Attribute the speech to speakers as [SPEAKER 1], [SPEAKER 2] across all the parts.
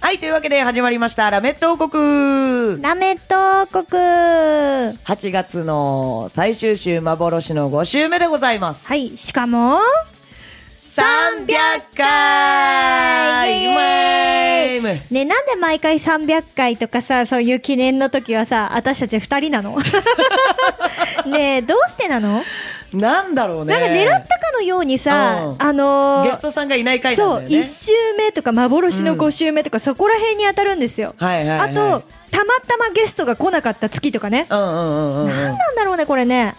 [SPEAKER 1] はいというわけで始まりましたラメット王国
[SPEAKER 2] ラメット王国は
[SPEAKER 1] 8月の最終週幻の5週目でございます。
[SPEAKER 2] い、しかも、
[SPEAKER 1] 300
[SPEAKER 2] イエ
[SPEAKER 1] 回イエーイ
[SPEAKER 2] ね、なんで毎回300回とかさ、そういう記念の時はさ、私たち2人なの ねえ、どうしてなの、
[SPEAKER 1] なんだろうね。
[SPEAKER 2] なんか狙ったかのようにさ
[SPEAKER 1] う、ん
[SPEAKER 2] あのー
[SPEAKER 1] ゲストさんがいない回
[SPEAKER 2] そ
[SPEAKER 1] な
[SPEAKER 2] う、
[SPEAKER 1] んだよね。
[SPEAKER 2] 1週目とか幻の5週目とか、そこら辺に当たるんですよ。
[SPEAKER 1] はいはい、は
[SPEAKER 2] あ
[SPEAKER 1] い。
[SPEAKER 2] と、たまたまゲストが来なかった月とかね。
[SPEAKER 1] うんうんうんうん
[SPEAKER 2] な
[SPEAKER 1] うんん。
[SPEAKER 2] なんだろうね、これね。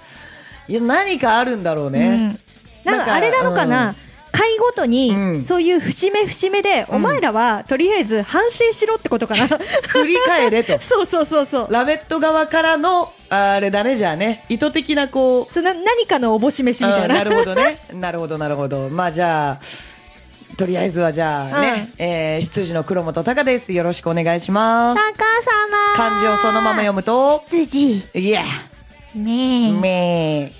[SPEAKER 1] いや、何かあるんだろうね。
[SPEAKER 2] うん、なんかあれなのかな、
[SPEAKER 1] うん
[SPEAKER 2] 会ごとに、
[SPEAKER 1] うん
[SPEAKER 2] そういう節目節目で、
[SPEAKER 1] うん
[SPEAKER 2] お前らはとりあえず反省しろってこと かな。
[SPEAKER 1] 振り返れと
[SPEAKER 2] そうそうそうそう
[SPEAKER 1] ラベット側からの、あれだね、じゃあね。意図的なこう、
[SPEAKER 2] そな何かのおぼし飯みたい
[SPEAKER 1] うん
[SPEAKER 2] な
[SPEAKER 1] なるほどね。なるほどなるほど。まあじゃあ、とりあえずはじゃあね、えー、羊の黒本隆です。よろしくお願いします。
[SPEAKER 2] 様
[SPEAKER 1] 漢字をそのまま読むと、
[SPEAKER 2] 羊
[SPEAKER 1] いや、
[SPEAKER 2] ね姫
[SPEAKER 1] め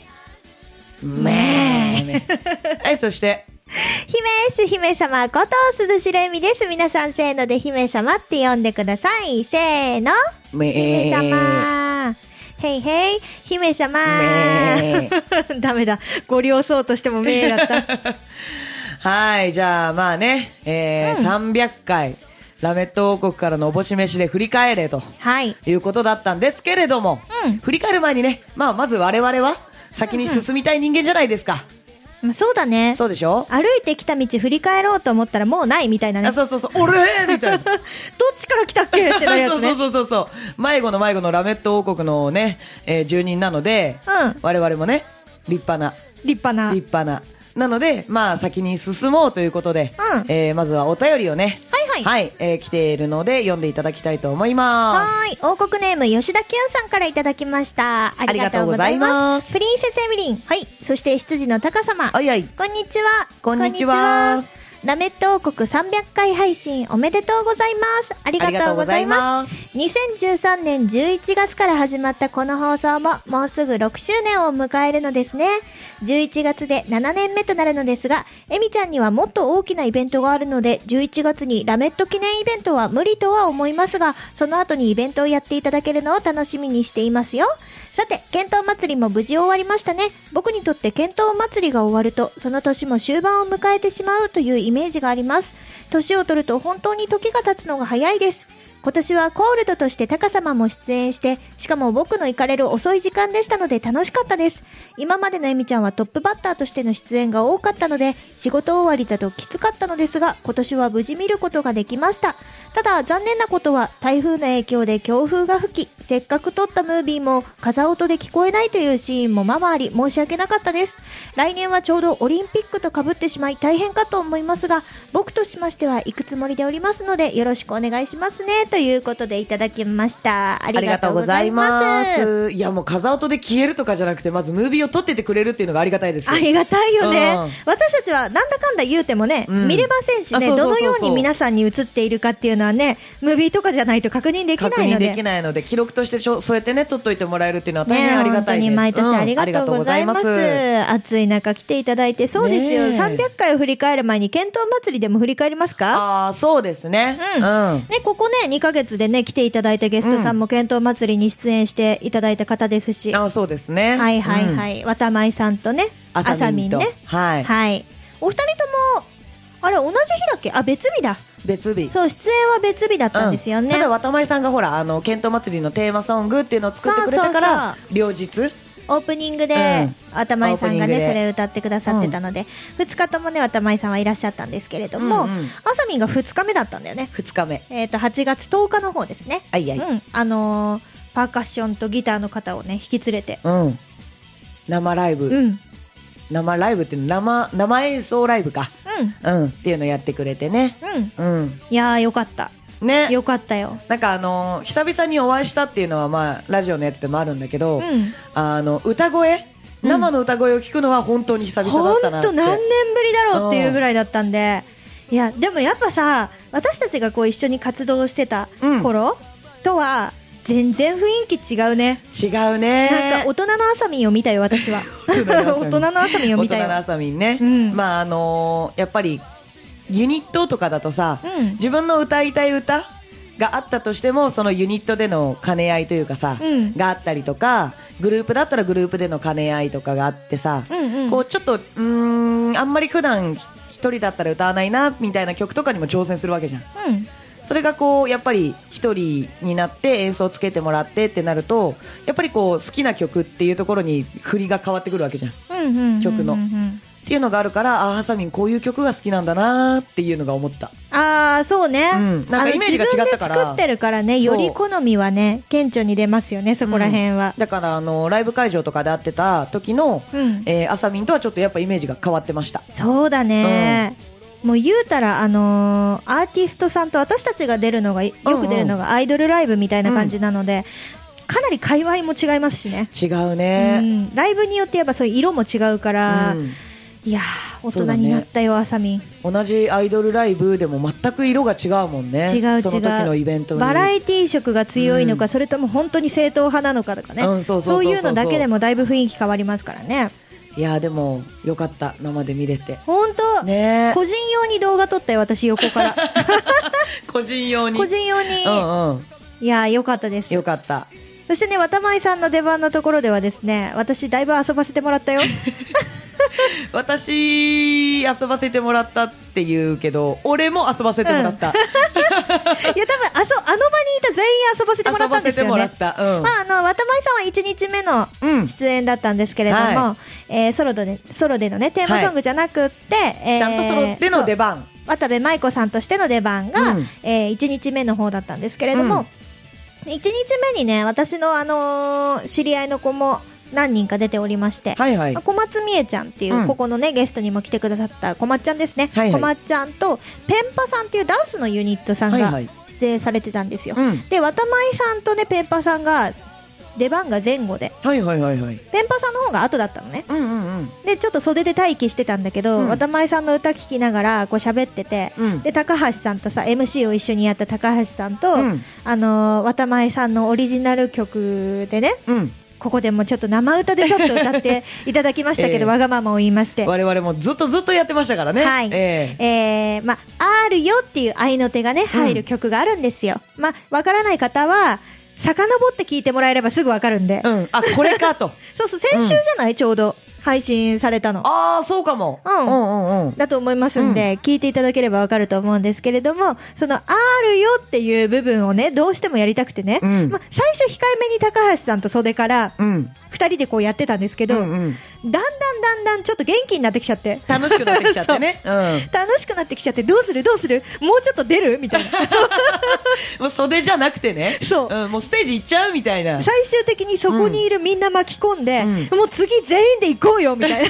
[SPEAKER 1] ー、めー。はい、そして、
[SPEAKER 2] 主姫様こと鈴代恵美です皆さんせーので姫様って呼んでくださいせーの
[SPEAKER 1] めー。
[SPEAKER 2] へいへい姫様
[SPEAKER 1] め
[SPEAKER 2] ダメだご了承としても名だった
[SPEAKER 1] はい、じゃあ、まあね、えー
[SPEAKER 2] うん
[SPEAKER 1] 300回、ラメット王国からのおぼし飯で振り返れと
[SPEAKER 2] はい。
[SPEAKER 1] いうことだったんですけれども、
[SPEAKER 2] うん
[SPEAKER 1] 振り返る前にね、まあ、まず我々は、先に進みたい人間じゃないですか。
[SPEAKER 2] まあそうだね。
[SPEAKER 1] そうでしょ
[SPEAKER 2] 歩いてきた道振り返ろうと思ったらもうないみたいなね。
[SPEAKER 1] あ
[SPEAKER 2] どっ
[SPEAKER 1] そうそうそう、俺みたい な。
[SPEAKER 2] ちから来たっけってなるやつね。
[SPEAKER 1] そうそうそうそうそう迷子の迷子のラメット王国のね、えー住人なので、
[SPEAKER 2] うん
[SPEAKER 1] 我々もね立派な
[SPEAKER 2] 立派な。
[SPEAKER 1] 立派ななのでまあ先に進もうということで、
[SPEAKER 2] うん
[SPEAKER 1] えーまずはお便りをね
[SPEAKER 2] はいはい。
[SPEAKER 1] えー来ているので読んでいただきたいと思います
[SPEAKER 2] はーい。王国ネーム、吉田清さんからいただきました。ありがとうございます。
[SPEAKER 1] ありがとうございます
[SPEAKER 2] プリンセスエミリン。はい。そして、羊の高様。
[SPEAKER 1] あいあい
[SPEAKER 2] こんにちは。
[SPEAKER 1] こんにちは
[SPEAKER 2] こんにちは。ラメット王国300回配信おめでとうございます。ありがとうございます。
[SPEAKER 1] す
[SPEAKER 2] 2013年11月から始まったこの放送ももうすぐ6周年を迎えるのですね。11月で7年目となるのですが、エミちゃんにはもっと大きなイベントがあるので、11月にラメット記念イベントは無理とは思いますが、その後にイベントをやっていただけるのを楽しみにしていますよ。さて、剣闘祭りも無事終わりましたね。僕にとって剣闘祭りが終わると、その年も終盤を迎えてしまうというイメージがあります。年を取ると本当に時が経つのが早いです。今年はコールドとしてタカ様も出演して、しかも僕の行かれる遅い時間でしたので楽しかったです。今までのエミちゃんはトップバッターとしての出演が多かったので、仕事終わりだときつかったのですが、今年は無事見ることができました。ただ残念なことは台風の影響で強風が吹き、せっかく撮ったムービーも風音で聞こえないというシーンもままあり申し訳なかったです。来年はちょうどオリンピックと被ってしまい大変かと思いますが、僕としましては行くつもりでおりますのでよろしくお願いしますね。ということでいただきました。あ
[SPEAKER 1] あ
[SPEAKER 2] り
[SPEAKER 1] り
[SPEAKER 2] が
[SPEAKER 1] が
[SPEAKER 2] と
[SPEAKER 1] と
[SPEAKER 2] う
[SPEAKER 1] う
[SPEAKER 2] ご
[SPEAKER 1] ご
[SPEAKER 2] ざ
[SPEAKER 1] ざ
[SPEAKER 2] い
[SPEAKER 1] い
[SPEAKER 2] ま。
[SPEAKER 1] ますすいやもう風音で消えるとかじゃなくてまずムービーを撮っててくれるっていうのがありがたいです
[SPEAKER 2] ありがたいよね、
[SPEAKER 1] うん
[SPEAKER 2] 私たちはなんだかんだ言うてもね、
[SPEAKER 1] うん
[SPEAKER 2] 見れませんし
[SPEAKER 1] あ
[SPEAKER 2] ね
[SPEAKER 1] そうそう
[SPEAKER 2] ど
[SPEAKER 1] そう
[SPEAKER 2] の
[SPEAKER 1] そう
[SPEAKER 2] ように皆さんに映っているかっていうのはねムービーとかじゃないと確認でき
[SPEAKER 1] 確
[SPEAKER 2] ない
[SPEAKER 1] 認
[SPEAKER 2] ので
[SPEAKER 1] できないので記録としてちょそうやってね撮っといてもらえるっていうのは大変ありが
[SPEAKER 2] 本
[SPEAKER 1] た
[SPEAKER 2] 当
[SPEAKER 1] いね
[SPEAKER 2] に毎年
[SPEAKER 1] うん
[SPEAKER 2] ありがとうございます,、
[SPEAKER 1] ありがとうござい
[SPEAKER 2] 暑い中来ていただいてそうですよ、
[SPEAKER 1] ねえ
[SPEAKER 2] 300回を振り返る前に検討祭りでも振り返りますか
[SPEAKER 1] あーそうですね
[SPEAKER 2] うん
[SPEAKER 1] うん
[SPEAKER 2] ね、ここね2ヶ月でね来ていただいたゲストさんも検討祭りに出演していただいた方ですし、
[SPEAKER 1] あそうですね。
[SPEAKER 2] はいはい
[SPEAKER 1] い。
[SPEAKER 2] はい、渡舞さんとね
[SPEAKER 1] あさみんと。
[SPEAKER 2] ね
[SPEAKER 1] はい。
[SPEAKER 2] はいお二人ともあれ同じ日だっけあ別日だ
[SPEAKER 1] 別日。
[SPEAKER 2] そう、出演は別日だったんですよ
[SPEAKER 1] う
[SPEAKER 2] ね。
[SPEAKER 1] んただ渡前さんがほらあのケント祭りのテーマソングっていうのを作ってくれたから
[SPEAKER 2] そう
[SPEAKER 1] 両日
[SPEAKER 2] オープニングで、渡前さんが
[SPEAKER 1] オープニン
[SPEAKER 2] ね、
[SPEAKER 1] グで
[SPEAKER 2] それ歌ってくださってたので、2日ともね、渡前さんはいらっしゃったんですけれども、
[SPEAKER 1] うんう
[SPEAKER 2] あ
[SPEAKER 1] ん
[SPEAKER 2] さみんが2日目だったんだよね。
[SPEAKER 1] 二日目。
[SPEAKER 2] えっ、と、8月10日の方ですね。
[SPEAKER 1] はいはい。
[SPEAKER 2] うん。あのーパーカッションとギターの方をね、引き連れて、
[SPEAKER 1] うん。生ライブ
[SPEAKER 2] うん。
[SPEAKER 1] 生ライブっていうの生生演奏ライブか、
[SPEAKER 2] うん
[SPEAKER 1] うん、っていうのやってくれてね、
[SPEAKER 2] うん
[SPEAKER 1] うん、
[SPEAKER 2] いやーよかった
[SPEAKER 1] ね
[SPEAKER 2] よかったよ
[SPEAKER 1] なんかあのー久々にお会いしたっていうのは、まあ、ラジオのやつでもあるんだけど、
[SPEAKER 2] うん
[SPEAKER 1] あの歌声
[SPEAKER 2] うん
[SPEAKER 1] 生の歌声を聞くのは本当に久々だ
[SPEAKER 2] ほ
[SPEAKER 1] っ
[SPEAKER 2] ん
[SPEAKER 1] たなって、
[SPEAKER 2] と何年ぶりだろうっていうぐらいだったんでいやでもやっぱさ私たちがこう一緒に活動してた頃とは全然雰囲気違うね、
[SPEAKER 1] 違うね
[SPEAKER 2] なんか大人のあさみんを見たよ私は
[SPEAKER 1] 大
[SPEAKER 2] 大人のあさみんを
[SPEAKER 1] 大
[SPEAKER 2] 見た
[SPEAKER 1] 人の
[SPEAKER 2] よ
[SPEAKER 1] あさみんね、
[SPEAKER 2] うん
[SPEAKER 1] まああのーやっぱりユニットとかだとさ、
[SPEAKER 2] うん
[SPEAKER 1] 自分の歌いたい歌があったとしてもそのユニットでの兼ね合いというかさ、
[SPEAKER 2] うん
[SPEAKER 1] があったりとかグループだったらグループでの兼ね合いとかがあってさ、
[SPEAKER 2] うんうん
[SPEAKER 1] こうちょっとうーんあんまり普段一人だったら歌わないなみたいな曲とかにも挑戦するわけじゃん
[SPEAKER 2] うん
[SPEAKER 1] それがこうやっぱり一人になって演奏つけてもらってってなるとやっぱりこう好きな曲っていうところに振りが変わってくるわけじゃんっ
[SPEAKER 2] うんうんうんうんうん
[SPEAKER 1] 曲のていうのがあるからああハサミンこういう曲が好きなんだなーっていうのが思った
[SPEAKER 2] ああそうね、
[SPEAKER 1] うん
[SPEAKER 2] あ
[SPEAKER 1] なんか
[SPEAKER 2] の
[SPEAKER 1] イメージが違った
[SPEAKER 2] 自
[SPEAKER 1] から
[SPEAKER 2] 分で作ってるからねより
[SPEAKER 1] そう
[SPEAKER 2] 好みはね顕著に出ますよねそこら辺は、
[SPEAKER 1] だからあのライブ会場とかで会ってた時の、
[SPEAKER 2] うん
[SPEAKER 1] えー、あさみんとはちょっとやっぱイメージが変わってました
[SPEAKER 2] そうだね、もう言うたら、あのーアーティストさんと私たちが出るのがよく出るのがアイドルライブみたいな感じなので、かなり界隈も違いますしね、
[SPEAKER 1] 違う
[SPEAKER 2] う
[SPEAKER 1] ね
[SPEAKER 2] ん、ライブによってやっぱそういう色も違うから、
[SPEAKER 1] うん
[SPEAKER 2] いやー大人になったよ、あさみん
[SPEAKER 1] 同じアイドルライブでも全く色が違うもんね
[SPEAKER 2] 違う違う
[SPEAKER 1] その時のイベントに
[SPEAKER 2] バラエティー色が強いのか、
[SPEAKER 1] うん
[SPEAKER 2] それとも本当に正統派なのかとかね、
[SPEAKER 1] うんそうそうそうそう
[SPEAKER 2] いうのだけでもだいぶ雰囲気変わりますからね
[SPEAKER 1] いやーでもよかった生で見れて
[SPEAKER 2] 本当、
[SPEAKER 1] ね
[SPEAKER 2] 個人用に動画撮ったよ私横から
[SPEAKER 1] 個人用に
[SPEAKER 2] 個人用に、
[SPEAKER 1] うんうん
[SPEAKER 2] いやーよかったです
[SPEAKER 1] よかった
[SPEAKER 2] そしてね、渡前さんの出番のところではですね、私、だいぶ遊ばせてもら ったよ。
[SPEAKER 1] 私遊ばせてもらったっていうけど俺も遊ばせてもらった、
[SPEAKER 2] いや、多分あそ、あの場にいた全員遊ばせてもらっ
[SPEAKER 1] 遊
[SPEAKER 2] た
[SPEAKER 1] ば
[SPEAKER 2] んで
[SPEAKER 1] せ
[SPEAKER 2] す
[SPEAKER 1] て
[SPEAKER 2] よね。
[SPEAKER 1] もらった
[SPEAKER 2] まあ、あの、渡前さんは1日目の
[SPEAKER 1] うん、うん、ち
[SPEAKER 2] 出演だったんですけれども、
[SPEAKER 1] は
[SPEAKER 2] えーソロで、ソロでのね、テーマソングじゃなくって、えー
[SPEAKER 1] ゃんと揃っての出番、
[SPEAKER 2] そう渡部舞子さんとしての出番が、
[SPEAKER 1] うん
[SPEAKER 2] え1日目の方だったんですけれど
[SPEAKER 1] うん
[SPEAKER 2] も、一1日目にね、私の、あのー知り合いの子も何人か出ておりまして、
[SPEAKER 1] はいはい
[SPEAKER 2] まあ小松美恵ちゃんっていう、
[SPEAKER 1] うん
[SPEAKER 2] ここのねゲストにも来てくださった小松ちゃんですね、
[SPEAKER 1] はいは
[SPEAKER 2] 小
[SPEAKER 1] い
[SPEAKER 2] 松ちゃんとペンパさんっていうダンスのユニットさん
[SPEAKER 1] はいは
[SPEAKER 2] が
[SPEAKER 1] い
[SPEAKER 2] 出演されてたんですよ、
[SPEAKER 1] うん
[SPEAKER 2] で渡前さんとねペンパさんが出番が前後で
[SPEAKER 1] はいはいはいはい
[SPEAKER 2] ペンパさんの方が後だったのね
[SPEAKER 1] うんうんうん
[SPEAKER 2] でちょっと袖で待機してたんだけど、
[SPEAKER 1] うん
[SPEAKER 2] 渡前さんの歌聴きながらこう喋ってて、
[SPEAKER 1] うん
[SPEAKER 2] で高橋さんとさ MC を一緒にやった高橋さんと、
[SPEAKER 1] うん
[SPEAKER 2] あのー渡前さんのオリジナル曲でね
[SPEAKER 1] うん
[SPEAKER 2] ここでもちょっと生歌でちょっと歌っていただきましたけ
[SPEAKER 1] ええ
[SPEAKER 2] ど、わがままを言いまして
[SPEAKER 1] 我々もずっとずっとやってましたからね
[SPEAKER 2] はい
[SPEAKER 1] ええ
[SPEAKER 2] えー、まあ、あるよっていう愛の手がね、入る曲があるんですよ。まあ、わからない方は、遡って聞いてもらえればすぐわかるんで。
[SPEAKER 1] うんあこれかと
[SPEAKER 2] そうそう、先週じゃない、ちょうど配信されたの。
[SPEAKER 1] ああそうかも、
[SPEAKER 2] うん
[SPEAKER 1] うんうんうん
[SPEAKER 2] だと思いますんで、聞いていただければわかると思うんですけれども、その、あるよっていう部分をね、どうしてもやりたくてね、
[SPEAKER 1] うん
[SPEAKER 2] まあ、最初控えめに高橋さんと袖から、
[SPEAKER 1] うん
[SPEAKER 2] 二人でこうやってたんですけど、
[SPEAKER 1] うんうん
[SPEAKER 2] だんだんだんだんちょっと元気になってきちゃって。
[SPEAKER 1] 楽しくなってきちゃっ てねうん
[SPEAKER 2] 楽しくなってきちゃって、どうするどうするもうちょっと出るみたいな。
[SPEAKER 1] もう袖じゃなくてね、
[SPEAKER 2] そうん
[SPEAKER 1] もうステージ行っちゃうみたいな
[SPEAKER 2] 最終的にそこにいるみんな巻き込んで、
[SPEAKER 1] う
[SPEAKER 2] もう次全員で行こうよみたいな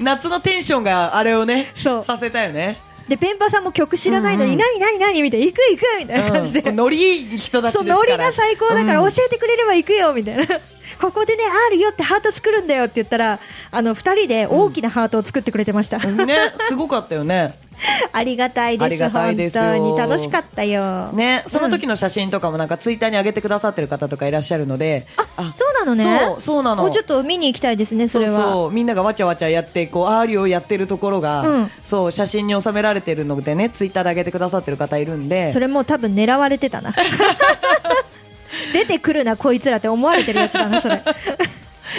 [SPEAKER 1] 夏のテンションがあれをね
[SPEAKER 2] そう
[SPEAKER 1] させたよね
[SPEAKER 2] でペンパさんも曲知らないのに、
[SPEAKER 1] うんうん
[SPEAKER 2] 何何何みたいな行く行くみたいな感じで、
[SPEAKER 1] うんノリいい人たちで
[SPEAKER 2] そう
[SPEAKER 1] すから
[SPEAKER 2] ノリが最高だから
[SPEAKER 1] う
[SPEAKER 2] 教
[SPEAKER 1] ん
[SPEAKER 2] えてくれれば行くよみたいな、 ここでねあるよってハート作るんだよって言ったらあの二人で大きなハートを作ってくれてました、
[SPEAKER 1] ねすごかったよね
[SPEAKER 2] ありがたいです
[SPEAKER 1] ありがたいですよ
[SPEAKER 2] 本当に楽しかったよ、
[SPEAKER 1] ねその時の写真とかもなんかツイッターに上げてくださってる方とかいらっしゃるのであ
[SPEAKER 2] そうなのね
[SPEAKER 1] そうそうなの
[SPEAKER 2] もうちょっと見に行きたいですねそれは
[SPEAKER 1] そうそうみんながわちゃわちゃやってこうアーリーをやってるところが、
[SPEAKER 2] うん
[SPEAKER 1] そう写真に収められてるのでねツイッターで上げてくださってる方いるんで
[SPEAKER 2] それもう多分狙われて たな出てくるなこいつらって思われてるやつだなそ れ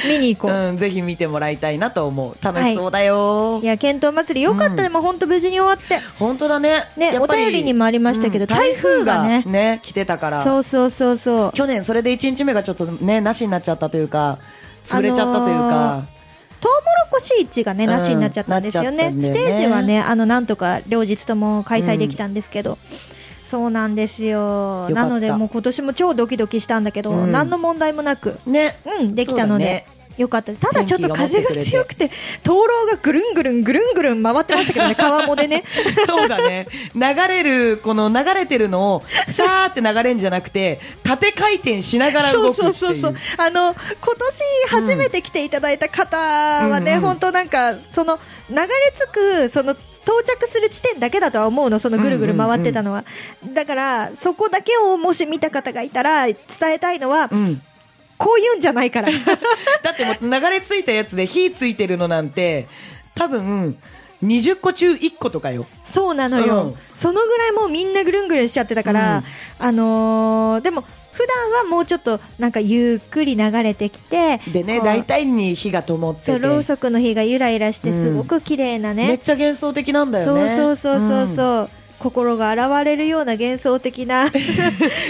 [SPEAKER 2] 見に行こう、
[SPEAKER 1] うん、ぜひ見てもらいたいなと思う楽しそうだよ、
[SPEAKER 2] いや剣闘祭りよかった、でも本当無事に終わって
[SPEAKER 1] 本当だね
[SPEAKER 2] ね
[SPEAKER 1] やっぱ
[SPEAKER 2] お便りにもありましたけど
[SPEAKER 1] うん
[SPEAKER 2] 台風がね
[SPEAKER 1] 台風ね来てたから
[SPEAKER 2] そうそうそうそう
[SPEAKER 1] 去年それで1日目がちょっとねなしになっちゃったというか潰れちゃったというか、
[SPEAKER 2] あのトウモロコシ市がね
[SPEAKER 1] うん
[SPEAKER 2] なしになっちゃったんですよ
[SPEAKER 1] なっちゃ
[SPEAKER 2] ね,、
[SPEAKER 1] ったんだよね
[SPEAKER 2] ステージはねあのなんとか両日とも開催できたんですけど、そうなんですよ
[SPEAKER 1] よかっ
[SPEAKER 2] な
[SPEAKER 1] た
[SPEAKER 2] のでもう今年も超ドキドキしたんだけど、
[SPEAKER 1] うん
[SPEAKER 2] 何の問題もなく
[SPEAKER 1] ね
[SPEAKER 2] うんできたので、
[SPEAKER 1] そう
[SPEAKER 2] よかったです。ただちょっと風が
[SPEAKER 1] 天気が持
[SPEAKER 2] 強
[SPEAKER 1] って
[SPEAKER 2] くて、灯籠がぐるんぐるんぐるんぐるん回ってましたけどね、川もでね。
[SPEAKER 1] そうだね。流れる、この流れてるのを、さーって流れんじゃなくて、縦回転しながら
[SPEAKER 2] そ
[SPEAKER 1] 動
[SPEAKER 2] う
[SPEAKER 1] く
[SPEAKER 2] そ
[SPEAKER 1] っ
[SPEAKER 2] う
[SPEAKER 1] て
[SPEAKER 2] そう
[SPEAKER 1] い
[SPEAKER 2] そう
[SPEAKER 1] う。。
[SPEAKER 2] あの、今年初めて来ていただいた方はね、
[SPEAKER 1] うんうん
[SPEAKER 2] 本当なんか、その、流れ着く、その、到着する地点だけだとは思うの、そのぐるぐる回ってたのは。だから、そこだけをもし見た方がいたら、伝えたいのは、
[SPEAKER 1] うん。
[SPEAKER 2] こういうんじゃない から。
[SPEAKER 1] だってもう流れ着いたやつで火ついてるのなんて、多分、20個中1個とかよ。
[SPEAKER 2] そうなのよ、
[SPEAKER 1] うん
[SPEAKER 2] そのぐらいもうみんなぐるんぐるんしちゃってたから、
[SPEAKER 1] うん
[SPEAKER 2] あのーでも普段はもうちょっとなんかゆっくり流れてきて
[SPEAKER 1] でね、
[SPEAKER 2] こう
[SPEAKER 1] 大体に火が灯って
[SPEAKER 2] そう
[SPEAKER 1] て。
[SPEAKER 2] ろうそくの火がゆらゆらして
[SPEAKER 1] うん
[SPEAKER 2] すごく綺麗な
[SPEAKER 1] めっ
[SPEAKER 2] ね,、
[SPEAKER 1] ちゃ幻想的なんだよね。
[SPEAKER 2] そうそうそうそう
[SPEAKER 1] うん
[SPEAKER 2] そう、心が洗れるような幻想的 な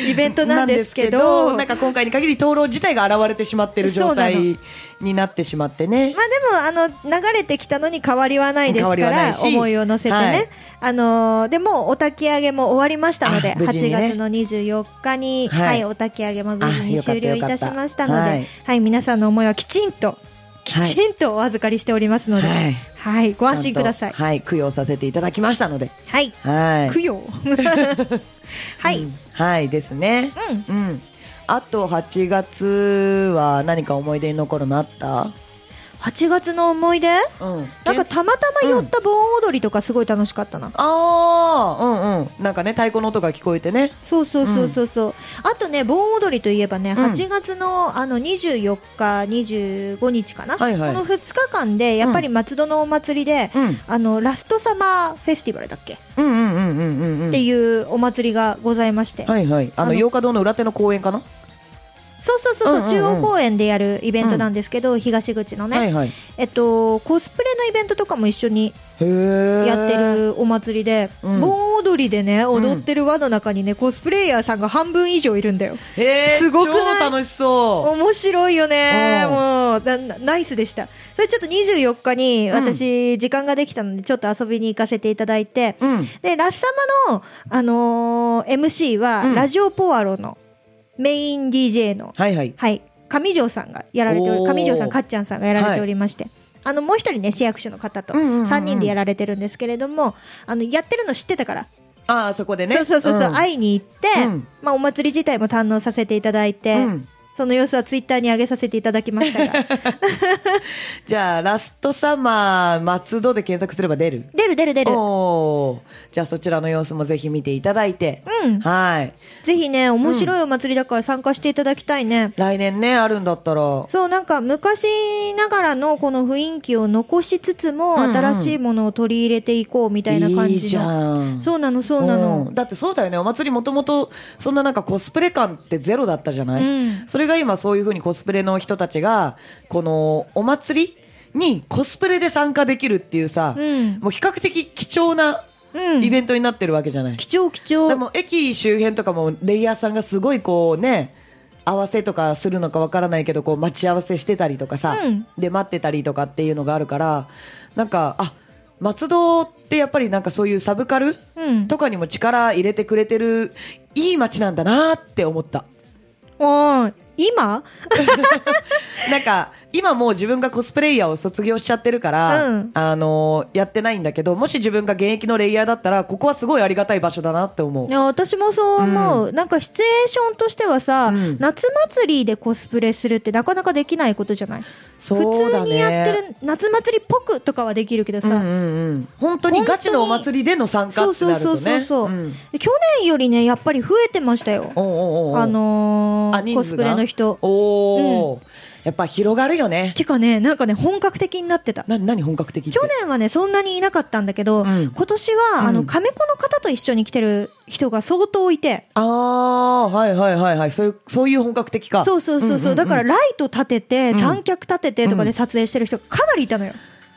[SPEAKER 2] イベントなんですけ
[SPEAKER 1] な
[SPEAKER 2] ど
[SPEAKER 1] んですけなんか今回に限り灯籠自体が現れてしまってる状態になってしまってね。
[SPEAKER 2] まあでもあの流れてきたのに変わりはないですか
[SPEAKER 1] 変わりはな
[SPEAKER 2] ら
[SPEAKER 1] いし
[SPEAKER 2] 思いを乗せてね、
[SPEAKER 1] はい
[SPEAKER 2] あのーでもお焚き上げも終わりましたので、
[SPEAKER 1] あ無
[SPEAKER 2] 8
[SPEAKER 1] 事にね
[SPEAKER 2] 月の24日に、
[SPEAKER 1] はい
[SPEAKER 2] はいお焚き上げも無事
[SPEAKER 1] あ
[SPEAKER 2] に
[SPEAKER 1] よかった
[SPEAKER 2] 終了い
[SPEAKER 1] よか
[SPEAKER 2] た
[SPEAKER 1] った
[SPEAKER 2] しましたので、は
[SPEAKER 1] はいい、
[SPEAKER 2] 皆さんの思いはきちんときちんとお預かりしておりますので、はい
[SPEAKER 1] い。
[SPEAKER 2] ご安心ください。
[SPEAKER 1] ちゃんとはい、供養させていただきましたので。
[SPEAKER 2] はい、
[SPEAKER 1] はい。
[SPEAKER 2] 供養 はい、う
[SPEAKER 1] うんんはいですね。うん。あと8月は何か思い出に残るのあった
[SPEAKER 2] 8月の思い出
[SPEAKER 1] うん。
[SPEAKER 2] なんか
[SPEAKER 1] け
[SPEAKER 2] たまたま寄った盆踊りとかすごい楽しかったな、
[SPEAKER 1] ああ、うんうん。なんかね、太鼓の音が聞こえてね。
[SPEAKER 2] そうそうそうそうそう、あとね盆踊りといえばね、
[SPEAKER 1] うん
[SPEAKER 2] 8月のあの24日25日かな、
[SPEAKER 1] はいはい
[SPEAKER 2] この2日間でやっぱり松戸のお祭りで、
[SPEAKER 1] うん。
[SPEAKER 2] あのラストサマーフェスティバルだっけ、
[SPEAKER 1] うんうんうんうんうんうん。
[SPEAKER 2] っていうお祭りがございまして、
[SPEAKER 1] はいはい。あ
[SPEAKER 2] あの
[SPEAKER 1] の、洋華堂の裏手の公園かな
[SPEAKER 2] そうそうそうそう、
[SPEAKER 1] うんうんうん
[SPEAKER 2] 中央公園でやるイベントなんですけど、東口のね、
[SPEAKER 1] はいはい。へ
[SPEAKER 2] えっとコスプレのイベントとかも一緒に
[SPEAKER 1] え。
[SPEAKER 2] やって。るお祭りで、
[SPEAKER 1] うん
[SPEAKER 2] 盆踊りでね踊ってる輪の中にねコスプレイヤーさんが半分以上いるんだよ
[SPEAKER 1] へえ。
[SPEAKER 2] すごくない
[SPEAKER 1] 超楽しそう。
[SPEAKER 2] 面白いよね、
[SPEAKER 1] うん
[SPEAKER 2] もうななナイスでした、それちょっと24日に
[SPEAKER 1] うん
[SPEAKER 2] 私、時間ができたので、ちょっと遊びに行かせていただいて、
[SPEAKER 1] うん。
[SPEAKER 2] でラッサマの、あのー MC は、
[SPEAKER 1] うん
[SPEAKER 2] ラジオポアロのメイン DJ の、
[SPEAKER 1] はいはい。
[SPEAKER 2] はい、上条さんがやられてお
[SPEAKER 1] お
[SPEAKER 2] る、
[SPEAKER 1] ー
[SPEAKER 2] 上条さん、かっちゃんさんがやられておりまして、あのもう一人ね、市役所の方と。3人でや
[SPEAKER 1] る。
[SPEAKER 2] られてるんですけれども、あのやってるの知ってたから、
[SPEAKER 1] ああ、そこでね。
[SPEAKER 2] そうそうそうそう、
[SPEAKER 1] ん
[SPEAKER 2] 会いに行って、
[SPEAKER 1] うん
[SPEAKER 2] まあ、お祭り自体も堪能させていただいて、
[SPEAKER 1] うん
[SPEAKER 2] その様子はツイッターに上げさせていただきましたが
[SPEAKER 1] じゃあ、ラストサマー松戸で検索すれば出る。
[SPEAKER 2] 出る出る出る、
[SPEAKER 1] おーじゃあそちらの様子もぜひ見ていただいて。
[SPEAKER 2] うん、
[SPEAKER 1] はい。
[SPEAKER 2] ぜひね面白いお祭りだから参加していただきたいね、
[SPEAKER 1] 来年ね、あるんだったら。
[SPEAKER 2] そうなんか昔ながらのこの雰囲気を残しつつも、
[SPEAKER 1] うんうん
[SPEAKER 2] 新しいものを取り入れていこうみたいな感じの
[SPEAKER 1] いいじゃん。
[SPEAKER 2] そうなのそうなの
[SPEAKER 1] んだってそうだよね。お祭りもともと、そんななんかコスプレ感ってゼロだったじゃ
[SPEAKER 2] う
[SPEAKER 1] ない、
[SPEAKER 2] ん
[SPEAKER 1] それが今そういうふうにコスプレの人たちが、このお祭りにコスプレで参加できるっていうさ、
[SPEAKER 2] うん
[SPEAKER 1] もう比較的貴重な
[SPEAKER 2] うん
[SPEAKER 1] イベントになってるわけじゃない。
[SPEAKER 2] 貴重貴
[SPEAKER 1] で
[SPEAKER 2] 重
[SPEAKER 1] も駅周辺とかもレイヤーさんがすごいこうね合わせとかするのかわからないけどこう待ち合わせしてたりとかさ、
[SPEAKER 2] うん
[SPEAKER 1] で待ってたりとかっていうのがあるからなんかあ松戸ってやっぱりなんかそういうサブカル
[SPEAKER 2] うん
[SPEAKER 1] とかにも力入れてくれてるいい街なんだなって思った
[SPEAKER 2] おー今
[SPEAKER 1] なんか今もう自分がコスプレイヤーを卒業しちゃってるから、
[SPEAKER 2] うん
[SPEAKER 1] あのやってないんだけどもし自分が現役のレイヤーだったらここはすごいありがたい場所だなって思う
[SPEAKER 2] い。や私もそう思う、なんかシチュエーションとしてはさ、
[SPEAKER 1] うん
[SPEAKER 2] 夏祭りでコスプレするってなかなかできないことじゃない、
[SPEAKER 1] そう
[SPEAKER 2] 普通
[SPEAKER 1] だね
[SPEAKER 2] にやってる夏祭りっぽくとかはできるけどさ、
[SPEAKER 1] うんうんうん、本当にガチのお祭りでの参加ってなる
[SPEAKER 2] そうそ
[SPEAKER 1] とね。
[SPEAKER 2] うそうそう
[SPEAKER 1] うん
[SPEAKER 2] 去年よりねやっぱり増えてましたよ、
[SPEAKER 1] おうおうおう
[SPEAKER 2] あのー
[SPEAKER 1] あ人数が
[SPEAKER 2] コスプレの人
[SPEAKER 1] おーやっぱ広がるよね。
[SPEAKER 2] てかねなんかね本格的になってた
[SPEAKER 1] な何本格的って
[SPEAKER 2] 去年はねそんなにいなかったんだけど、
[SPEAKER 1] うん
[SPEAKER 2] 今年は、
[SPEAKER 1] うん
[SPEAKER 2] あのカメコの方と一緒に来てる人が相当いて
[SPEAKER 1] ああはいはいはいはいそういうそういう本格的か。
[SPEAKER 2] そうそうそうそう,、
[SPEAKER 1] んんん
[SPEAKER 2] だからライト立てて、
[SPEAKER 1] うん
[SPEAKER 2] 三脚立ててとかで撮影してる人がかなりいたのよ、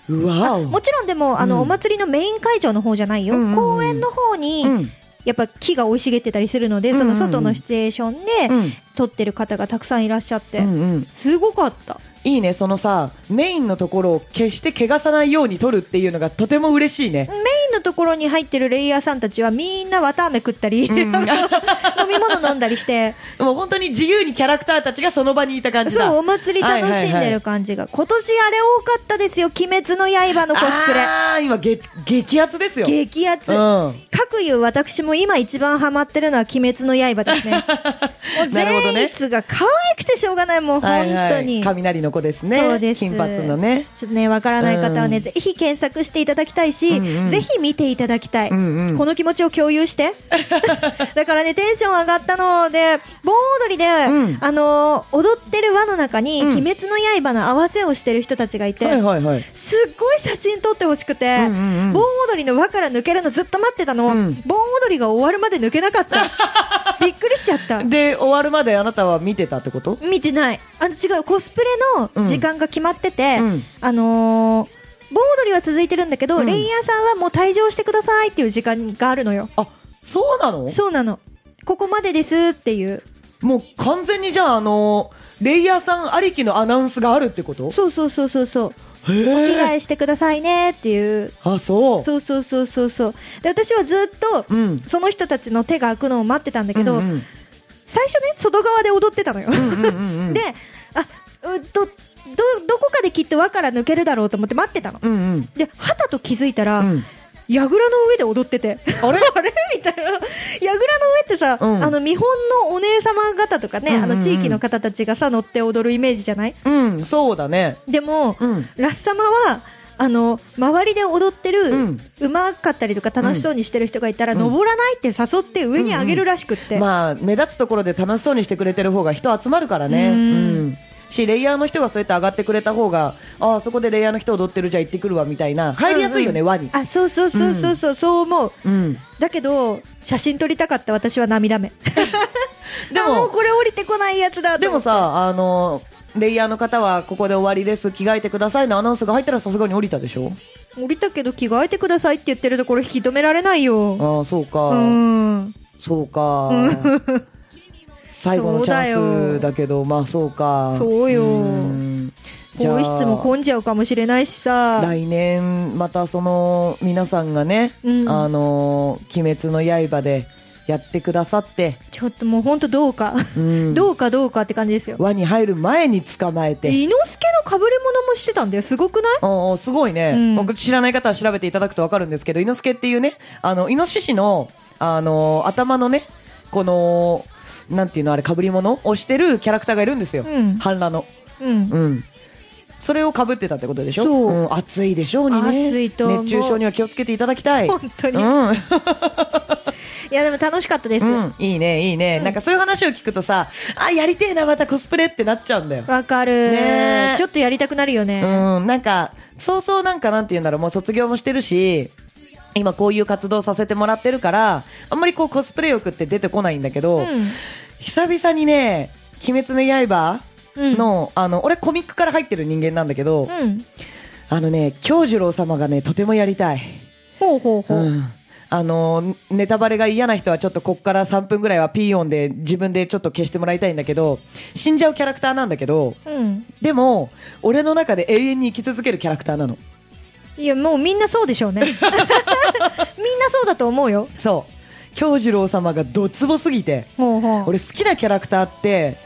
[SPEAKER 1] う
[SPEAKER 2] あ
[SPEAKER 1] わお
[SPEAKER 2] もちろんでもあの、
[SPEAKER 1] うん
[SPEAKER 2] お祭りのメイン会場の方じゃないよ、
[SPEAKER 1] うんうんうん
[SPEAKER 2] 公園の方に、
[SPEAKER 1] うん
[SPEAKER 2] やっぱ木が生い茂ってたりするので、その外のシチュエーションで
[SPEAKER 1] うん
[SPEAKER 2] 撮ってる方がたくさんいらっしゃって、
[SPEAKER 1] うんうん
[SPEAKER 2] すごかった
[SPEAKER 1] いいねそのさメインのところを決して汚さないように撮るっていうのがとても嬉しいね。
[SPEAKER 2] メインのところに入ってるレイヤーさんたちはみんな 綿あめ食ったり、
[SPEAKER 1] うん
[SPEAKER 2] 飲み物飲んだりして
[SPEAKER 1] もう本当に自由にキャラクターたちがその場にいた感じだ。
[SPEAKER 2] そうお祭り楽しんでる感じが、今年あれ多かったですよ「鬼滅の刃」のコスプレ
[SPEAKER 1] ああ、今激、激アツですよ。
[SPEAKER 2] 激アツ、
[SPEAKER 1] うん。
[SPEAKER 2] 各有私も今一番ハマってるのは「鬼滅の刃」です ねもう
[SPEAKER 1] なるほどね
[SPEAKER 2] 善逸が可愛くてしょうがないもう本当に、
[SPEAKER 1] はいはい、雷の子ですね。
[SPEAKER 2] そうです
[SPEAKER 1] 金髪のね。
[SPEAKER 2] ちょっとねわからない方はね、
[SPEAKER 1] うん
[SPEAKER 2] ぜひ検索していただきたいし、
[SPEAKER 1] うんうん
[SPEAKER 2] ぜひ見ていただきたい、
[SPEAKER 1] うんうん
[SPEAKER 2] この気持ちを共有して だからねテンション上がったので盆踊りで、
[SPEAKER 1] うん
[SPEAKER 2] あのー踊ってる輪の中に「
[SPEAKER 1] うん
[SPEAKER 2] 鬼滅の刃」の合わせをしてる人たちがいて、
[SPEAKER 1] はいはいはい。
[SPEAKER 2] すっごい写真撮ってほしくて、
[SPEAKER 1] うんうんうん
[SPEAKER 2] 盆踊りの輪から抜けるのずっと待ってたの、
[SPEAKER 1] うん
[SPEAKER 2] 盆踊りが終わるまで抜けなかった びっくりしちゃった
[SPEAKER 1] で、終わるまであなたは見てたってこと
[SPEAKER 2] 見てないあの違うコスプレの時間が決まってて、
[SPEAKER 1] うん
[SPEAKER 2] あのー盆踊りは続いてるんだけど、
[SPEAKER 1] うん
[SPEAKER 2] レイヤーさんはもう退場してくださいっていう時間があるのよ
[SPEAKER 1] あ、そうなの
[SPEAKER 2] そうなのここまでですっていう
[SPEAKER 1] もう完全にじゃあ、あのレイヤーさんありきのアナウンスがあるってこと
[SPEAKER 2] そうそうそうそうそうお着替
[SPEAKER 1] へえ。
[SPEAKER 2] えしてくださいねっていう
[SPEAKER 1] あ、そう。
[SPEAKER 2] そうそうそうそうそうで私はずっと
[SPEAKER 1] うん。
[SPEAKER 2] その人たちの手が空くのを待ってたんだけど、
[SPEAKER 1] うんうん
[SPEAKER 2] 最初ね外側で踊ってたのよ、
[SPEAKER 1] うんうんうんうん
[SPEAKER 2] であうどどどこかできっと輪から抜けるだろうと思って待ってたの
[SPEAKER 1] うんうん
[SPEAKER 2] ではたと気づいたら、
[SPEAKER 1] うん
[SPEAKER 2] 櫓の上で踊ってて
[SPEAKER 1] あ れ
[SPEAKER 2] あれみたいな櫓の上ってさ、
[SPEAKER 1] うん
[SPEAKER 2] あの見本のお姉様方とかね、
[SPEAKER 1] うんうんうん
[SPEAKER 2] あの地域の方たちがさ乗って踊るイメージじゃない
[SPEAKER 1] うん、そうだね。
[SPEAKER 2] でも、
[SPEAKER 1] うん。
[SPEAKER 2] ラッサマはあの周りで踊って
[SPEAKER 1] う
[SPEAKER 2] る、
[SPEAKER 1] ん。
[SPEAKER 2] うまかったりとか楽しそうにしてる人がいたら、
[SPEAKER 1] うん
[SPEAKER 2] 登らないって誘って上に上げるらしくって、
[SPEAKER 1] まあ、目立つところで楽しそうにしてくれてる方が人集まるからね。
[SPEAKER 2] う
[SPEAKER 1] うんん。し、レイヤーの人がそうやって上がってくれた方が、ああ、そこでレイヤーの人踊ってるじゃあ行ってくるわみたいな、入りやすいよね、
[SPEAKER 2] うんうん
[SPEAKER 1] 輪に。
[SPEAKER 2] あそうそうそうそうそう、そう思う
[SPEAKER 1] うん。
[SPEAKER 2] だけど写真撮りたかった私は涙目で
[SPEAKER 1] で
[SPEAKER 2] も
[SPEAKER 1] も
[SPEAKER 2] もうこれ降りてこないやつだと
[SPEAKER 1] で
[SPEAKER 2] 思
[SPEAKER 1] も
[SPEAKER 2] って
[SPEAKER 1] さ、あの、レイヤーの方はここで終わりです、着替えてくださいのアナウンスが入ったらさすがに降りたでしょ
[SPEAKER 2] 降りたけど着替えてくださいって言ってるところ引き止められないよ
[SPEAKER 1] ああ、そうか。
[SPEAKER 2] うん
[SPEAKER 1] そうか。最後のチャンスだけど、まあそうか。
[SPEAKER 2] そうよ
[SPEAKER 1] うんじゃあ
[SPEAKER 2] 更衣室も混んじゃうかもしれないしさ
[SPEAKER 1] 来年またその皆さんがね、
[SPEAKER 2] うん
[SPEAKER 1] あのー鬼滅の刃でやってくださって、
[SPEAKER 2] ちょっともうほんとどうか、
[SPEAKER 1] うん
[SPEAKER 2] どうかどうかって感じですよ
[SPEAKER 1] 輪に入る前に捕まえて、
[SPEAKER 2] 伊之助のかぶれ物もしてたんだよすごくない
[SPEAKER 1] おうおうすごいね、
[SPEAKER 2] うん
[SPEAKER 1] 僕知らない方は調べていただくとわかるんですけど、猪之助っていうね、あのイノシシのあのー頭のね、このなんていうのあれ被り物をしてるキャラクターがいるんですよ。
[SPEAKER 2] うん、
[SPEAKER 1] 反乱の、
[SPEAKER 2] うん、
[SPEAKER 1] うん。それを被ってたってことでしょ。
[SPEAKER 2] そうん
[SPEAKER 1] 暑いでしょうにね。
[SPEAKER 2] 暑いと思う
[SPEAKER 1] 熱中症には気をつけていただきたい。
[SPEAKER 2] 本当に、い
[SPEAKER 1] うん。
[SPEAKER 2] やでも楽しかったですわ、
[SPEAKER 1] うん、いいね、いいね、
[SPEAKER 2] うん
[SPEAKER 1] なんかそういう話を聞くとさ、あ、やりてえな、またコスプレってなっちゃうんだよ。
[SPEAKER 2] かる、
[SPEAKER 1] ねえ
[SPEAKER 2] ちょっとやりたくなるよね、
[SPEAKER 1] うん、なんか、そうそうなんかなんて言うんだろう、もう卒業もしてるし、今こういう活動させてもらってるから、あんまりこうコスプレ欲って出てこないんだけど、
[SPEAKER 2] う
[SPEAKER 1] 久々にね、鬼滅の刃
[SPEAKER 2] んうん、
[SPEAKER 1] の、あの、俺コミックから入ってる人間なんだけど、
[SPEAKER 2] うん、
[SPEAKER 1] あのね、京次郎様がね、とてもやりたい。
[SPEAKER 2] ほうほうほう、
[SPEAKER 1] うんあのネタバレが嫌な人はちょっとこっから3分ぐらいはピー音で自分でちょっと消してもらいたいんだけど死んじゃうキャラクターなんだけど
[SPEAKER 2] うん、
[SPEAKER 1] でも俺の中で永遠に生き続けるキャラクターなの
[SPEAKER 2] いやもうみんなそうでしょう ねみんなそうだと思うよ
[SPEAKER 1] そう京次郎様がドツボすぎて
[SPEAKER 2] ほうほう
[SPEAKER 1] 俺好きなキャラクターって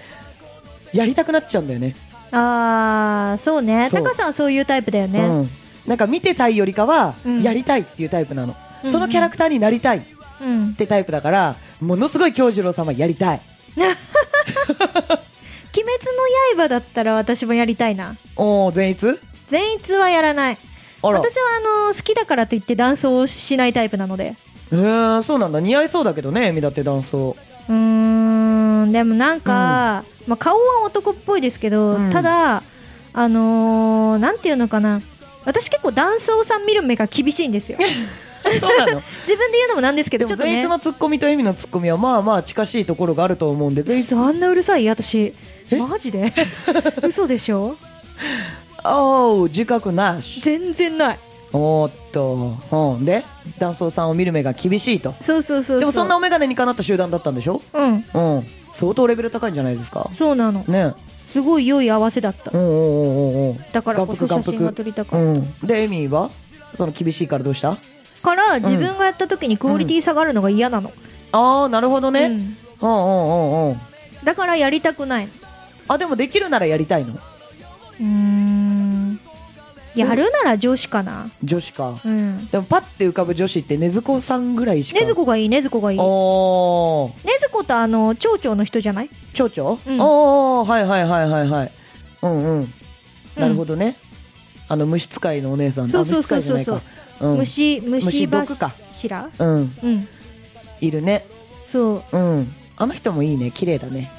[SPEAKER 1] やりたくなっちゃうんだよね
[SPEAKER 2] ああそうね
[SPEAKER 1] そう
[SPEAKER 2] タカさんそういうタイプだよね、
[SPEAKER 1] うん、なんか見てたいよりかは
[SPEAKER 2] うん
[SPEAKER 1] やりたいっていうタイプなの、
[SPEAKER 2] うん
[SPEAKER 1] そのキャラクターになりたいっ
[SPEAKER 2] うん、
[SPEAKER 1] てタイプだからものすごい京次郎様やりたい
[SPEAKER 2] 鬼滅の刃だったら私もやりたいな
[SPEAKER 1] おお善逸
[SPEAKER 2] 善逸はやらない
[SPEAKER 1] あら
[SPEAKER 2] 私はあの好きだからといって断層をしないタイプなので
[SPEAKER 1] へえそうなんだ似合いそうだけどねエミだってダンスを
[SPEAKER 2] うーんでもなんか、まあ、顔は男っぽいですけど、
[SPEAKER 1] うん
[SPEAKER 2] ただあのー、なんていうのかな私結構男装さん見る目が厳しいんですよ
[SPEAKER 1] そうなの
[SPEAKER 2] 自分で言うのもなんですけ
[SPEAKER 1] で
[SPEAKER 2] どち
[SPEAKER 1] も
[SPEAKER 2] ょっと
[SPEAKER 1] 善
[SPEAKER 2] ね
[SPEAKER 1] 逸のツッコミとエミのツッコミはまあまあ近しいところがあると思うんで善逸
[SPEAKER 2] 嘘あんなうるさい私
[SPEAKER 1] え
[SPEAKER 2] マジ で嘘でしょ
[SPEAKER 1] おお自覚なし
[SPEAKER 2] 全然ない
[SPEAKER 1] おーっとほんでダンスさんを見る目が厳しいと
[SPEAKER 2] そうそうそうう
[SPEAKER 1] でもそんなお眼鏡にかなった集団だったんでしょ
[SPEAKER 2] うん
[SPEAKER 1] うん相当レベル高いんじゃないですか
[SPEAKER 2] そうなの
[SPEAKER 1] ね
[SPEAKER 2] すごい良い合わせだった
[SPEAKER 1] うんうんうんうん
[SPEAKER 2] だからこそ
[SPEAKER 1] 眼
[SPEAKER 2] 写
[SPEAKER 1] 福
[SPEAKER 2] 真が撮りたか
[SPEAKER 1] う
[SPEAKER 2] っ
[SPEAKER 1] んうんでエミはその厳しいからどうした
[SPEAKER 2] から自分がやった時にクオリティ下がるのが嫌なの、
[SPEAKER 1] ああなるほどね、
[SPEAKER 2] う
[SPEAKER 1] うん、
[SPEAKER 2] ん
[SPEAKER 1] うんうんうん
[SPEAKER 2] だからやりたくない
[SPEAKER 1] あでもできるならやりたいの
[SPEAKER 2] うーんやるなら上司かな
[SPEAKER 1] 女子か
[SPEAKER 2] うんね
[SPEAKER 1] でもパッて浮かぶ女子って禰豆子さんぐらいしか
[SPEAKER 2] ずこがいいねずこがいいね
[SPEAKER 1] おー
[SPEAKER 2] ずことあの町長の人じゃない
[SPEAKER 1] 蝶々、
[SPEAKER 2] うん
[SPEAKER 1] おーはいはいはいはいはいうんうん、なるほ
[SPEAKER 2] ど、
[SPEAKER 1] どねあの虫使いのお姉さん
[SPEAKER 2] そうそう
[SPEAKER 1] あ虫使いじゃない
[SPEAKER 2] そう
[SPEAKER 1] か
[SPEAKER 2] そう
[SPEAKER 1] うん
[SPEAKER 2] 虫虫
[SPEAKER 1] 虫毒か
[SPEAKER 2] 柱
[SPEAKER 1] うん
[SPEAKER 2] うん
[SPEAKER 1] いるね
[SPEAKER 2] そう
[SPEAKER 1] うんあの人もいいね綺麗だね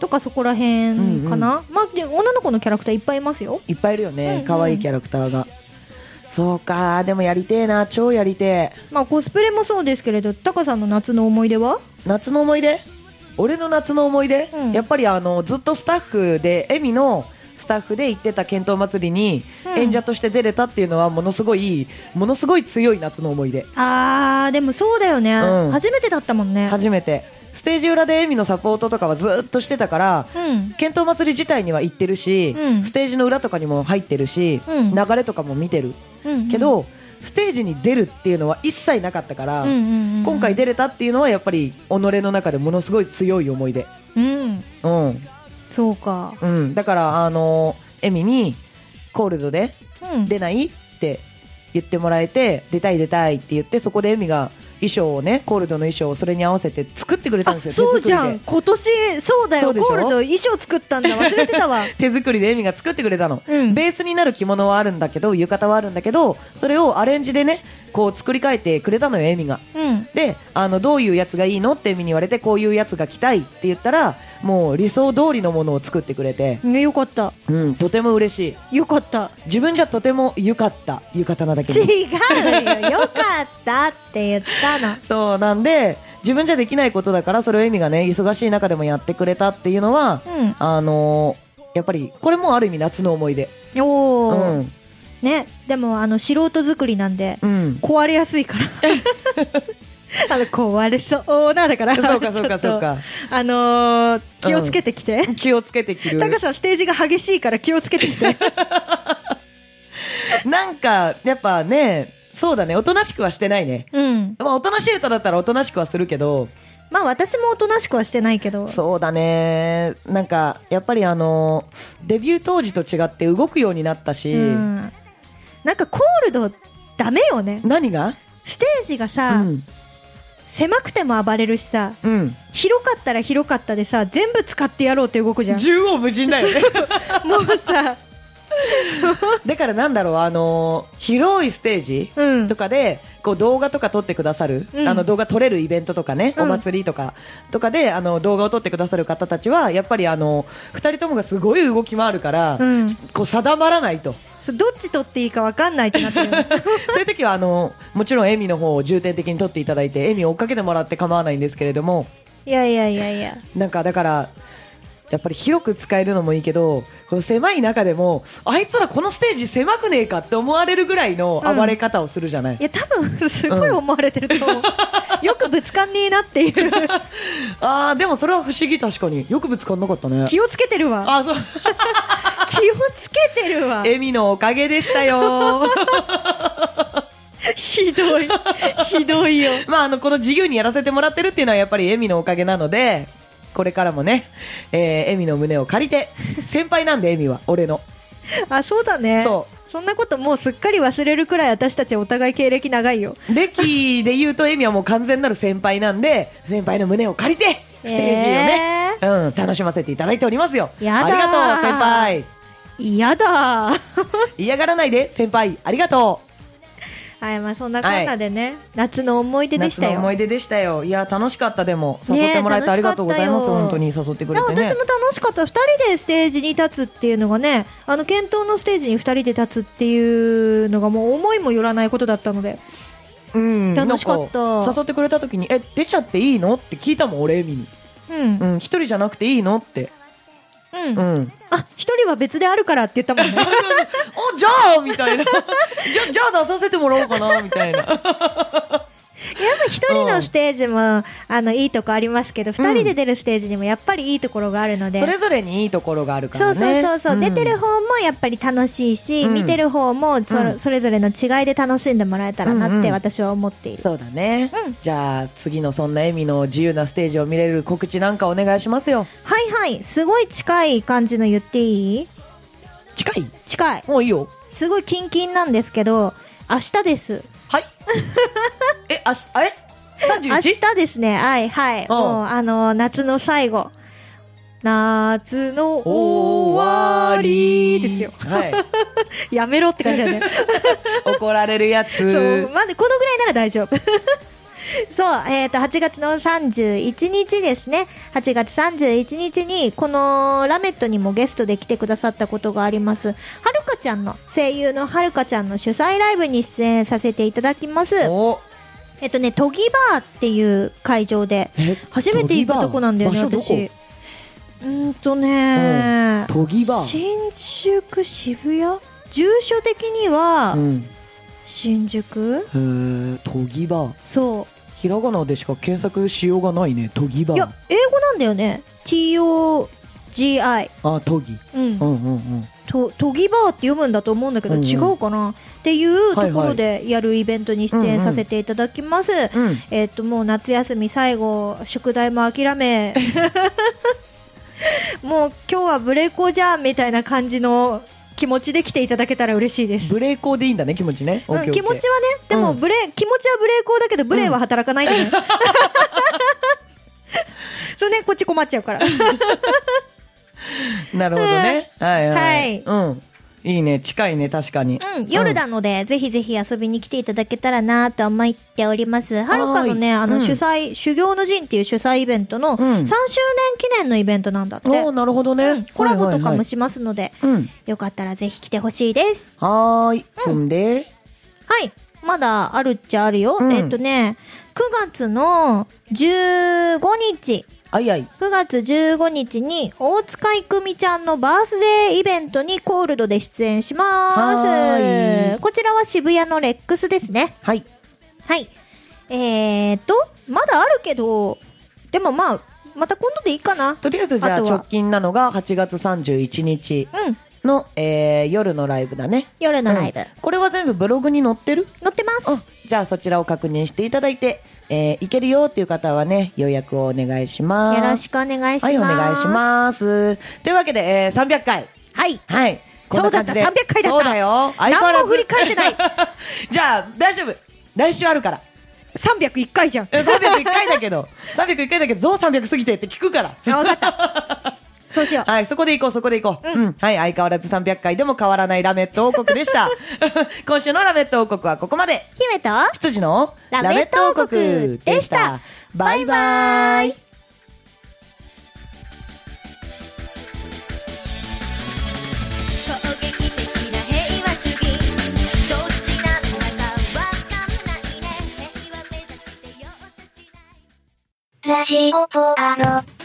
[SPEAKER 2] とかそこら辺かな、まあで女の子のキャラクターいっぱいいますよ
[SPEAKER 1] いっぱいいるよ
[SPEAKER 2] うんう
[SPEAKER 1] ね
[SPEAKER 2] ん
[SPEAKER 1] 可愛、いキャラクターがそうかでもやりてえな超やりてえ
[SPEAKER 2] まあコスプレもそうですけれどタカさんの夏の思い出は
[SPEAKER 1] 夏の思い出俺の夏の思い出、
[SPEAKER 2] うん
[SPEAKER 1] やっぱりあのずっとスタッフでエミのスタッフで行ってた剣闘祭りに
[SPEAKER 2] うん
[SPEAKER 1] 演者として出れたっていうのはものすごいものすごい強い夏の思い出
[SPEAKER 2] あーでもそうだよね、
[SPEAKER 1] うん
[SPEAKER 2] 初めてだったもんね
[SPEAKER 1] 初めてステージ裏でエミのサポートとかはずっとしてたから
[SPEAKER 2] うん
[SPEAKER 1] 剣闘祭り自体には行ってるし、
[SPEAKER 2] うん
[SPEAKER 1] ステージの裏とかにも入ってるし、
[SPEAKER 2] うん
[SPEAKER 1] 流れとかも見てる
[SPEAKER 2] うん
[SPEAKER 1] けど、ステージに出るっていうのは一切なかったから、
[SPEAKER 2] うんうんうん
[SPEAKER 1] 今回出れたっていうのはやっぱり己の中でものすごい強い思い出
[SPEAKER 2] うん
[SPEAKER 1] うん
[SPEAKER 2] そうか
[SPEAKER 1] うん、だから、あのエミにコールドで
[SPEAKER 2] うん
[SPEAKER 1] 出ないって言ってもらえて出たい出たいって言ってそこでエミが衣装をねコールドの衣装をそれに合わせて作ってくれた
[SPEAKER 2] あ
[SPEAKER 1] んですよ
[SPEAKER 2] そうじゃ
[SPEAKER 1] 手
[SPEAKER 2] ん
[SPEAKER 1] 作
[SPEAKER 2] 今年そうだ
[SPEAKER 1] そ
[SPEAKER 2] よ
[SPEAKER 1] うでしょ
[SPEAKER 2] ゴールド衣装作ったんだ忘れてた わ
[SPEAKER 1] りで手作りでエミが作ってくれたの、
[SPEAKER 2] うん
[SPEAKER 1] ベースになる着物はあるんだけど浴衣はあるんだけどそれをアレンジでねこう作り変えてくれたのよエミが
[SPEAKER 2] うん
[SPEAKER 1] であのどういうやつがいいのってエミに言われてこういうやつが着たいって言ったらもう理想通りのものを作ってくれて、
[SPEAKER 2] ねよかった
[SPEAKER 1] うん、とても嬉しい
[SPEAKER 2] よかった
[SPEAKER 1] 自分じゃとても良かった浴衣なだけ
[SPEAKER 2] 違
[SPEAKER 1] に
[SPEAKER 2] うよよかったって言ったの
[SPEAKER 1] そうなんで自分じゃできないことだからそれをエミがね忙しい中でもやってくれたっていうのは
[SPEAKER 2] うん
[SPEAKER 1] あのーやっぱりこれもある意味夏の思い出う
[SPEAKER 2] おお、
[SPEAKER 1] ん
[SPEAKER 2] ねでもあの素人作りなんで
[SPEAKER 1] うん
[SPEAKER 2] 壊れやすい からあの壊れそうなだから
[SPEAKER 1] そうかそうか
[SPEAKER 2] ちょっ
[SPEAKER 1] そう
[SPEAKER 2] と
[SPEAKER 1] か
[SPEAKER 2] あのー気をつけてきて、
[SPEAKER 1] 気をつけて着る
[SPEAKER 2] タカさんステージが激しいから気をつけてきて
[SPEAKER 1] なんかやっぱねそうだねおとなしくはしてないね
[SPEAKER 2] うん
[SPEAKER 1] まあおとなしい歌だったらおとなしくはするけど
[SPEAKER 2] まあ私もおとなしくはしてないけど
[SPEAKER 1] そうだねなんかやっぱりあのーデビュー当時と違って動くようになったし、
[SPEAKER 2] うん、なんかコールドダメよね
[SPEAKER 1] 何が
[SPEAKER 2] ステージがさ、
[SPEAKER 1] うん
[SPEAKER 2] 狭くても暴れるしさ
[SPEAKER 1] うん
[SPEAKER 2] 広かったら広かったでさ全部使ってやろうって動くじゃん
[SPEAKER 1] 縦横無尽だよね
[SPEAKER 2] もうさ
[SPEAKER 1] だからなんだろう、あのー広いステージ
[SPEAKER 2] うん
[SPEAKER 1] とかで、こう動画とか撮ってくださる、
[SPEAKER 2] うん
[SPEAKER 1] あの動画撮れるイベントとかね、
[SPEAKER 2] うん
[SPEAKER 1] お祭りとか、とかで、あの動画を撮ってくださる方たちは、やっぱりあの、二人ともがすごい動き回るから、
[SPEAKER 2] うん
[SPEAKER 1] こう定まらないと。
[SPEAKER 2] どっち取っていいか分かんないってなってるよね
[SPEAKER 1] そういう時は、あの、もちろんエミの方を重点的に撮っていただいて、エミを追っかけてもらって構わないんですけれども、
[SPEAKER 2] いやいやいやいや
[SPEAKER 1] なんかだから、やっぱり広く使えるのもいいけど、この狭い中でも、あいつらこのステージ狭くねえかって思われるぐらいの暴れ方をするじゃない
[SPEAKER 2] い。や多分すごい思われてると思う、 よくぶつかんねえなっていう
[SPEAKER 1] あーでもそれは不思議確かによくぶつかんなかったね
[SPEAKER 2] 気をつけてるわ
[SPEAKER 1] あそう
[SPEAKER 2] 気をつけてるわ
[SPEAKER 1] エミのおかげでしたよ
[SPEAKER 2] ひどいひどいよ
[SPEAKER 1] まああのこの自由にやらせてもらってるっていうのはやっぱりエミのおかげなのでこれからもね、えー、エミの胸を借 りて先輩なんでエミは俺の
[SPEAKER 2] あそうだね
[SPEAKER 1] そ
[SPEAKER 2] そんなこともうすっかり忘れるくらい私たちお互い経歴長いよ
[SPEAKER 1] う歴で言うとエミはもう完全なる先輩なんで先輩の胸を借りてステージをね、
[SPEAKER 2] ね
[SPEAKER 1] うん、楽しませていただいておりますよ
[SPEAKER 2] やだー
[SPEAKER 1] ありがとう先輩
[SPEAKER 2] 嫌、だー
[SPEAKER 1] 嫌がらないで先輩ありがとう
[SPEAKER 2] はいまあそんなこんなでね、夏の思い出でした
[SPEAKER 1] 夏の
[SPEAKER 2] よ
[SPEAKER 1] 思い出でしたよ。いや、楽しかった、でも。誘
[SPEAKER 2] ねえ
[SPEAKER 1] ってもらえてありがとうございま
[SPEAKER 2] 楽しかっ
[SPEAKER 1] す。
[SPEAKER 2] たよ
[SPEAKER 1] 本当に誘ってくれ
[SPEAKER 2] な
[SPEAKER 1] て
[SPEAKER 2] 私も
[SPEAKER 1] ね。
[SPEAKER 2] 楽しかった2人でステージに立つっていうのがねあの検討のステージに2人で立つっていうのがもう思いもよらないことだったので
[SPEAKER 1] うん
[SPEAKER 2] 楽しかった
[SPEAKER 1] なん誘ってくれた時に、え、出ちゃっていいのって聞いたもん、俺、エミに。
[SPEAKER 2] うん
[SPEAKER 1] う
[SPEAKER 2] うん
[SPEAKER 1] ん、一人じゃなくていいのって。うん。
[SPEAKER 2] あ
[SPEAKER 1] あ、
[SPEAKER 2] 1人は別であるからって言ったも んね
[SPEAKER 1] じゃあみたいな。じゃ、じゃあ出させてもらおうかな、みたいな。
[SPEAKER 2] いやっぱ一人のステージも、あのいいとこありますけど、二人で出るステージにもやっぱりいいところがあるので。
[SPEAKER 1] それぞれにいいところがあるか
[SPEAKER 2] そ
[SPEAKER 1] ら
[SPEAKER 2] う
[SPEAKER 1] ね
[SPEAKER 2] そうそうそう、
[SPEAKER 1] ん
[SPEAKER 2] 出てる方もやっぱり楽しいし、
[SPEAKER 1] うん
[SPEAKER 2] 見てる方もそ,、
[SPEAKER 1] うん
[SPEAKER 2] それぞれの違いで楽しんでもらえたらな
[SPEAKER 1] う
[SPEAKER 2] っ
[SPEAKER 1] んう
[SPEAKER 2] て
[SPEAKER 1] ん
[SPEAKER 2] 私は思っている、
[SPEAKER 1] そうだね、
[SPEAKER 2] うん
[SPEAKER 1] じゃあ次のそんなエミの自由なステージを見れる告知なんかお願いしますよ
[SPEAKER 2] はいはいすごい近い感じの言っていい
[SPEAKER 1] 近い
[SPEAKER 2] 近い
[SPEAKER 1] もういいよ
[SPEAKER 2] すごいキンキンなんですけど明日です
[SPEAKER 1] はい えあしあれ
[SPEAKER 2] 明
[SPEAKER 1] 31?
[SPEAKER 2] 日ですねはいはい
[SPEAKER 1] おう
[SPEAKER 2] もうあの夏の最後夏の終わりですよ
[SPEAKER 1] はい
[SPEAKER 2] やめろって感じだね
[SPEAKER 1] 怒られる や
[SPEAKER 2] そう
[SPEAKER 1] つ
[SPEAKER 2] までこのぐらいなら大丈夫 そう、えっ、と、8月の31日ですね。8月31日に、このラメットにもゲストで来てくださったことがあります、はるかちゃんの、声優のはるかちゃんの主催ライブに出演させていただきます。
[SPEAKER 1] お
[SPEAKER 2] えっとね、トギバーっていう会場で、
[SPEAKER 1] え
[SPEAKER 2] 初めて行くとこなんだよね、
[SPEAKER 1] トギバー場所
[SPEAKER 2] 私。
[SPEAKER 1] ど
[SPEAKER 2] うーんとね、
[SPEAKER 1] 都議バー、
[SPEAKER 2] 新宿渋谷住所的には、
[SPEAKER 1] うん、
[SPEAKER 2] 新宿
[SPEAKER 1] へー都議バー
[SPEAKER 2] そう。
[SPEAKER 1] ひらがなでしか検索しようがないね都議バ
[SPEAKER 2] いや
[SPEAKER 1] ー、
[SPEAKER 2] 英語なんだよね。T-O-G-I。
[SPEAKER 1] あ都議
[SPEAKER 2] うん
[SPEAKER 1] う。んうんうん
[SPEAKER 2] と、トギバーって読むんだと思うんだけど、
[SPEAKER 1] うんうん
[SPEAKER 2] 違うかなっていうところでやるイベントに出演させていただきます。
[SPEAKER 1] うん
[SPEAKER 2] えっと、もう夏休み最後、宿題も諦め、 もう今日はブレイコじゃんみたいな感じの気持ちで来ていただけたら嬉しいです。
[SPEAKER 1] ブレイコーでいいんだね気持ちね、
[SPEAKER 2] うん、気持ちはね、でも
[SPEAKER 1] うん
[SPEAKER 2] ブレ、気持ちはブレイコーだけど、ブレイは働かないんだよね。 そうね、こっち困っちゃうから。
[SPEAKER 1] なるほどねはいはい、うんいいね近いね確かに
[SPEAKER 2] うん、夜なので、ぜひぜひ遊びに来ていただけたらなと思っております。はるかのね、
[SPEAKER 1] はーい
[SPEAKER 2] あの、
[SPEAKER 1] うん
[SPEAKER 2] 主催、修行の陣っていう主催イベントの3周
[SPEAKER 1] ん
[SPEAKER 2] 年記念のイベントなんだって。
[SPEAKER 1] おーなるほどね、
[SPEAKER 2] うんコラボとかも
[SPEAKER 1] し
[SPEAKER 2] しますので、
[SPEAKER 1] うん
[SPEAKER 2] よかったらぜひ来てほしいです。
[SPEAKER 1] はーいそんで
[SPEAKER 2] はい。まだあるっちゃあるよ。
[SPEAKER 1] うん
[SPEAKER 2] えっとね、9月の15日、
[SPEAKER 1] あいあい
[SPEAKER 2] 9月15日に大塚いくみちゃんのバースデーイベントにコールドで出演しま
[SPEAKER 1] はー
[SPEAKER 2] す。
[SPEAKER 1] い
[SPEAKER 2] こちらは渋谷のレックスですね。
[SPEAKER 1] はい
[SPEAKER 2] はい。えーと、まだあるけど、でもまあ、また今度でいいかな。
[SPEAKER 1] とりあえずじゃあ
[SPEAKER 2] あとは
[SPEAKER 1] 直近なのが8月31日
[SPEAKER 2] うん。
[SPEAKER 1] の、えー夜のライブだね
[SPEAKER 2] 夜のライブ。
[SPEAKER 1] うんこれは全部ブログに載ってる
[SPEAKER 2] 載ってます。
[SPEAKER 1] あじゃあそちらを確認していただいて、えー、行けるよっていう方はね予約をお願いします
[SPEAKER 2] よろしくお願いします。
[SPEAKER 1] はいお願いしますというわけで、えー、300回
[SPEAKER 2] す。はい。
[SPEAKER 1] はいこんな感じで
[SPEAKER 2] そうだった300回だった
[SPEAKER 1] そうだよ相変わら
[SPEAKER 2] 何
[SPEAKER 1] ず
[SPEAKER 2] も振り返ってない。
[SPEAKER 1] じゃあ大丈夫来週あるから
[SPEAKER 2] 301回 じゃん。
[SPEAKER 1] え301回だ けど301回だけどどう300過ぎてって聞くから
[SPEAKER 2] あ、わかった。そう しよう。
[SPEAKER 1] はい、そこで行こう、そこで行こう。
[SPEAKER 2] う
[SPEAKER 1] うんん、はい、相変わらず300回でも変わらないラメット王国 でした。今週のラメット王国はここまで。
[SPEAKER 2] 姫と、
[SPEAKER 1] 羊の
[SPEAKER 2] ラメット王国でした。
[SPEAKER 1] バイバイ。
[SPEAKER 3] 攻撃的な平和主義どっちなんだかわかんないね平和目指して容赦しない
[SPEAKER 4] ラジオポアド。